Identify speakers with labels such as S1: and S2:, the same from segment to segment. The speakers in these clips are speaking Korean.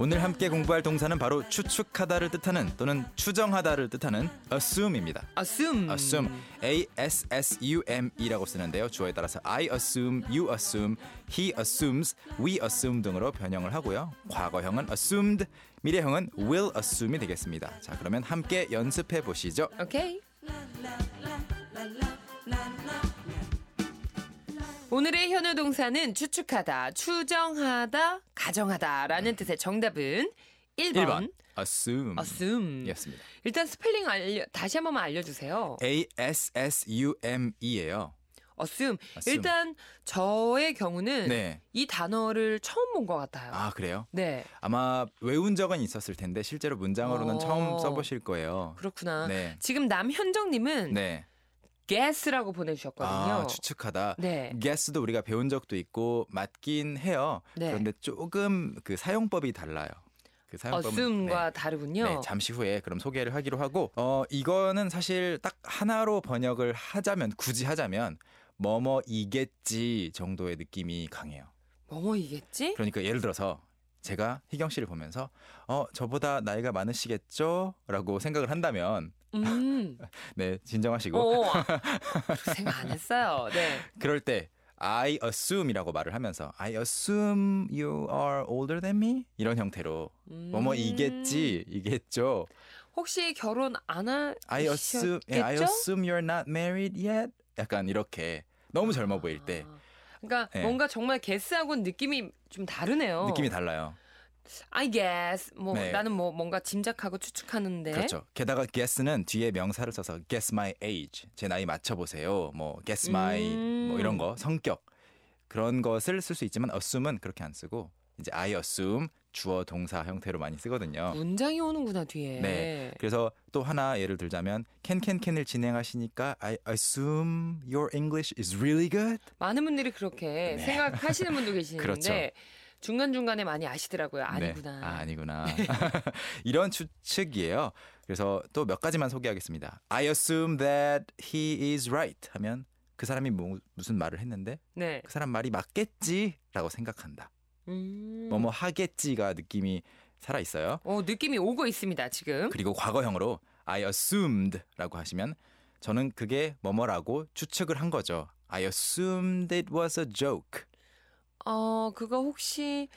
S1: 오늘 함께 공부할 동사는 바로 추측하다를 뜻하는 또는 추정하다를 뜻하는 assume입니다.
S2: assume.
S1: assume a s s u m e라고 쓰는데요. 주어에 따라서 I assume, you assume, he assumes, we assume 등으로 변형을 하고요. 과거형은 assumed, 미래형은 will assume이 되겠습니다. 자, 그러면 함께 연습해 보시죠.
S2: 오케이. 오늘의 현우 동사는 추측하다, 추정하다, 가정하다라는 뜻의 정답은 1번,
S1: 음. 1번 음, assume
S2: assume.
S1: 였습니다.
S2: 일단 스펠링 알려, 다시 한 번만 알려주세요.
S1: A S S U M E예요.
S2: assume.
S1: assume.
S2: 일단 저의 경우는
S1: 네.
S2: 이 단어를 처음 본 것 같아요.
S1: 아, 그래요?
S2: 네,
S1: 아마 외운 적은 있었을 텐데 실제로 문장으로는
S2: 어.
S1: 처음 써보실 거예요.
S2: 그렇구나.
S1: 네.
S2: 지금 남현정님은
S1: 네.
S2: guess라고 보내주셨거든요.
S1: 아, 추측하다.
S2: 네.
S1: guess도 우리가 배운 적도 있고 맞긴 해요.
S2: 네.
S1: 그런데 조금 그 사용법이 달라요. 그 사용법은
S2: assume과 다르군요.
S1: 네, 잠시 후에 그럼 소개를 하기로 하고 어 이거는 사실 딱 하나로 번역을 하자면 굳이 하자면 뭐뭐이겠지 정도의 느낌이 강해요.
S2: 뭐뭐이겠지?
S1: 그러니까 예를 들어서 제가 희경 씨를 보면서 어 저보다 나이가 많으시겠죠라고 생각을 한다면
S2: 음.
S1: 네 진정하시고
S2: 어, 아, 그렇게 생각 안 했어요. 네.
S1: 그럴 때 I assume이라고 말을 하면서 I assume you are older than me 이런 형태로
S2: 음.
S1: 뭐뭐 이겠지 이겠죠
S2: 혹시 결혼 안 하셨겠죠?
S1: I assume yeah, I assume you're not married yet 약간 이렇게 너무 젊어 보일 때
S2: 아, 그러니까
S1: 네.
S2: 뭔가 정말 게스하고는 느낌이 좀 다르네요.
S1: 느낌이 달라요
S2: I guess 뭐
S1: 네.
S2: 나는 뭐 뭔가 짐작하고 추측하는데
S1: 그렇죠 게다가 guess는 뒤에 명사를 써서 guess my age 제 나이 맞춰보세요 뭐 guess my
S2: 음.
S1: 뭐 이런 거 성격 그런 것을 쓸 수 있지만 assume은 그렇게 안 쓰고 이제 I assume 주어 동사 형태로 많이 쓰거든요
S2: 문장이 오는구나 뒤에.
S1: 네. 그래서 또 하나 예를 들자면 캔캔캔을 진행하시니까 I assume your English is really good.
S2: 많은 분들이 그렇게 생각하시는 분도 계시는데
S1: 네. 그렇죠.
S2: 중간 중간에 많이 아시더라고요.
S1: 네.
S2: 아니구나.
S1: 아, 아니구나. 이런 추측이에요. 그래서 또 몇 가지만 소개하겠습니다. I assume that he is right 하면 그 사람이 뭐, 무슨 말을 했는데
S2: 네.
S1: 그 사람 말이 맞겠지라고 생각한다.
S2: 음.
S1: 뭐뭐 하겠지가 느낌이 살아 있어요.
S2: 어, 느낌이 오고 있습니다 지금.
S1: 그리고 과거형으로 I assumed라고 하시면 저는 그게 뭐뭐라고 추측을 한 거죠. I assumed it was a joke.
S2: 어 그거 혹시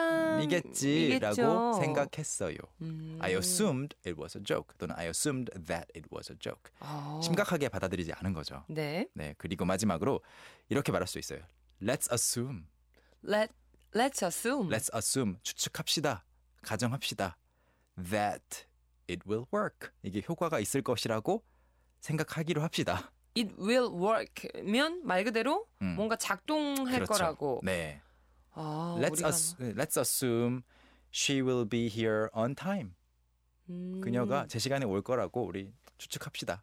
S2: 음, 농담이겠죠?
S1: 이겠지라고 생각했어요.
S2: 음.
S1: I assumed it was a joke 또는 I assumed that it was a joke.
S2: 어.
S1: 심각하게 받아들이지 않은 거죠.
S2: 네.
S1: 네, 그리고 마지막으로 이렇게 말할 수 있어요. Let's assume.
S2: Let Let's assume.
S1: Let's assume 추측합시다. 가정합시다. That it will work. 이게 효과가 있을 것이라고 생각하기로 합시다.
S2: It will work면 말 그대로
S1: 음.
S2: 뭔가 작동할
S1: 그렇죠.
S2: 거라고.
S1: 네.
S2: 아,
S1: let's
S2: 우리가
S1: us, let's assume she will be here on time.
S2: 음.
S1: 그녀가 제 시간에 올 거라고 우리 추측합시다.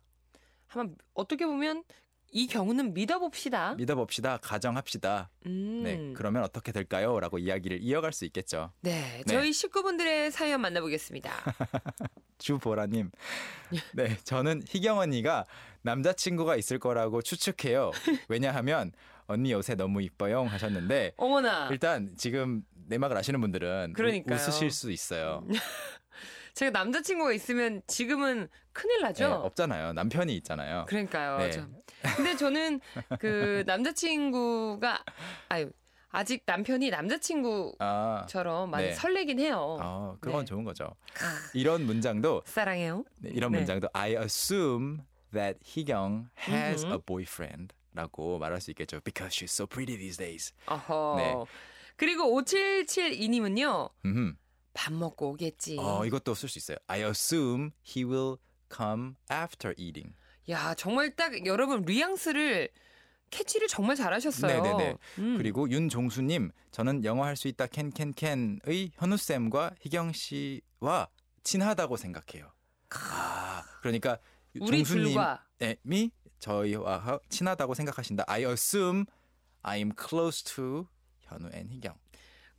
S2: 한번 어떻게 보면 이 경우는 믿어봅시다.
S1: 믿어봅시다. 가정합시다.
S2: 음.
S1: 네. 그러면 어떻게 될까요? 라고 이야기를 이어갈 수 있겠죠.
S2: 네,
S1: 네.
S2: 저희 식구분들의 사연 만나보겠습니다.
S1: 주보라님. 네. 저는 희경 언니가 남자친구가 있을 거라고 추측해요. 왜냐하면 언니 요새 너무 이뻐요. 하셨는데
S2: 어머나,
S1: 일단 지금 내막을 아시는 분들은 우,
S2: 아. 그러니까요. 음,
S1: 웃으실 수 있어요. 네,
S2: 제가 남자친구가 있으면 지금은 큰일
S1: 네,
S2: 나죠? 그렇죠.
S1: 없잖아요. 남편이 있잖아요.
S2: 그러니까요.
S1: 네.
S2: 참. 근데 저는 그 남자친구가, 아유, 아직 남편이 남자친구처럼
S1: 아.
S2: 많이
S1: 네.
S2: 설레긴 해요.
S1: 아, 그건
S2: 그렇죠. 네.
S1: 좋은 거죠.
S2: 크,
S1: 이런 문장도
S2: 사랑해요.
S1: 네, 이런
S2: 네.
S1: 문장도 I assume that 희경 has
S2: 음흠.
S1: a boyfriend라고 말할 수 있겠죠. Because she's so pretty these days.
S2: 어허.
S1: 네.
S2: 그리고 5772님은요,
S1: 음.
S2: 밥 먹고 오겠지.
S1: 어, 이것도 쓸 수 있어요. I assume he will come after eating.
S2: 야, 정말 딱 여러분 뉘앙스를 캐치를 정말 잘하셨어요.
S1: 네네네.
S2: 음.
S1: 그리고 윤종수님, 저는 영어 할 수 있다 캔캔캔의 현우 쌤과 희경 씨와 친하다고 생각해요. 아, 그러니까
S2: 우리
S1: 종수님
S2: 둘과
S1: 미 저희와 하- 친하다고 생각하신다. I assume I'm close to 현우 앤 희경.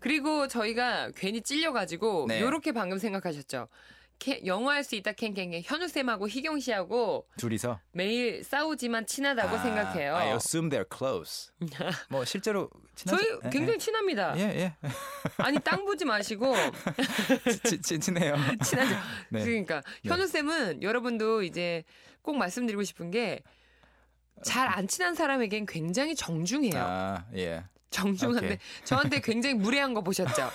S2: 그리고 저희가 괜히 찔려가지고
S1: 네.
S2: 요렇게 방금 생각하셨죠. 캐- 영화할 수 있다 캔캔캔 현우 쌤하고 희경 씨하고
S1: 둘이서
S2: 매일 싸우지만 친하다고
S1: 아,
S2: 생각해요.
S1: I assume they're close. 뭐 실제로 친하지? 예,
S2: 저희 굉장히 친합니다.
S1: 예예
S2: 아니 땅 보지 마시고
S1: 친친해요.
S2: 친하죠.
S1: 네.
S2: 그러니까
S1: 네.
S2: 현우 쌤은 여러분도 이제 꼭 말씀드리고 싶은 게 잘 안 친한 사람에겐 굉장히 정중해요.
S1: 아 예.
S2: 정중한데
S1: 오케이.
S2: 저한테 굉장히 무례한 거 보셨죠?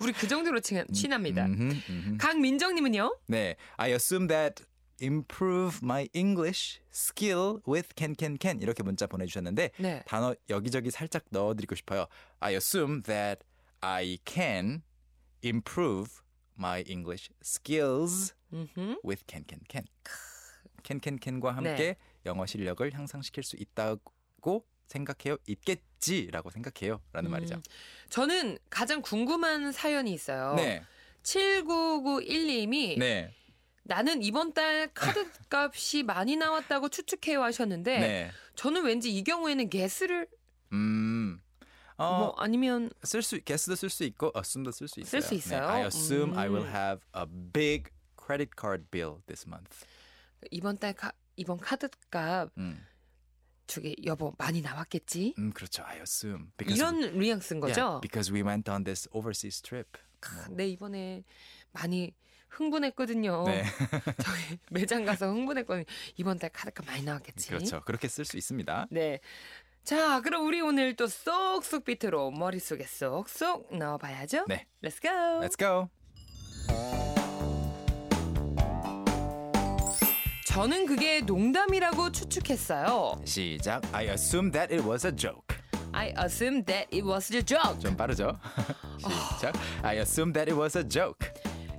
S2: 우리 그 정도로 친, 친합니다.
S1: 음흠, 음흠.
S2: 강민정님은요?
S1: 네, I assume that improve my English skill with can can can 이렇게 문자 보내주셨는데
S2: 네.
S1: 단어 여기저기 살짝 넣어드리고 싶어요. I assume that I can improve my English skills
S2: 음흠.
S1: with can can can. can can can과
S2: 네.
S1: 함께 영어 실력을 향상시킬 수 있다고 생각해요. 있겠지라고 생각해요라는 말이죠.
S2: 음. 저는 가장 궁금한 사연이 있어요.
S1: 네,
S2: 7991님이
S1: 네,
S2: 나는 이번 달 카드 값이 많이 나왔다고 추측해요 하셨는데
S1: 네.
S2: 저는 왠지 이 경우에는 게스를
S1: 음, 어,
S2: 뭐 아니면
S1: 쓸 수 guess도 쓸 수 있고 assume도 쓸 수 있어요.
S2: 쓸수 있어요?
S1: 네, I assume I will
S2: 음.
S1: have a big credit card bill this month.
S2: 이번 달 카, 이번 카드 값
S1: 음,
S2: 저기 여보 많이 나왔겠지?
S1: 음 그렇죠. I assume because
S2: 이런 뉘앙스인
S1: we,
S2: 거죠?
S1: Yeah, because we went on this overseas trip.
S2: 크, 네 이번에 많이 흥분했거든요.
S1: 네,
S2: 저희 매장 가서 흥분했거든요. 이번 달 카드값 많이 나왔겠지.
S1: 그렇죠. 그렇게 쓸 수 있습니다.
S2: 네. 자, 그럼 우리 오늘 또 쏙쏙 비트로 머릿속에 쏙쏙 넣어봐야죠.
S1: 네.
S2: Let's go.
S1: Let's go.
S2: 저는 그게 농담이라고 추측했어요.
S1: 시작. I assume that it was a joke.
S2: I assume that it was a joke.
S1: 좀 빠르죠? 시작. I assume that it was a joke.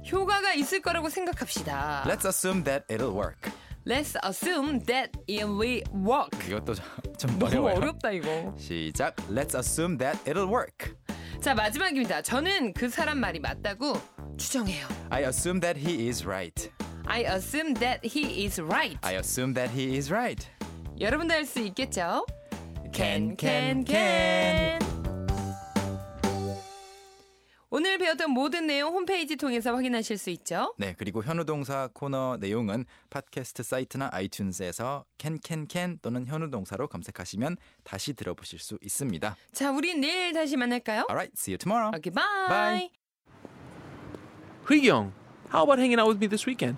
S2: 효과가 있을 거라고 생각합시다.
S1: Let's assume that it'll work.
S2: Let's assume that it will work.
S1: 이것도 좀- 좀
S2: 너무
S1: 어려워요.
S2: 어렵다 이거.
S1: 시작. Let's assume that it'll work.
S2: 자 마지막입니다. 저는 그 사람 말이 맞다고 추정해요.
S1: I assume that he is right.
S2: I assume that he is right.
S1: I assume that he is right.
S2: 여러분도 할 수 있겠죠?
S1: Can, can,
S2: can. 오늘 배웠던 모든 내용 홈페이지 통해서 확인하실 수 있죠?
S1: 네, 그리고 현우 동사 코너 내용은 팟캐스트 사이트나 아이튠즈에서 can, can, can 또는 현우 동사로 검색하시면 다시 들어보실 수 있습니다.
S2: 자, 우리 내일 다시 만날까요?
S1: Alright, see you tomorrow.
S2: 오케이, 바이.
S1: Bye.
S3: Young, how about hanging out with me this weekend?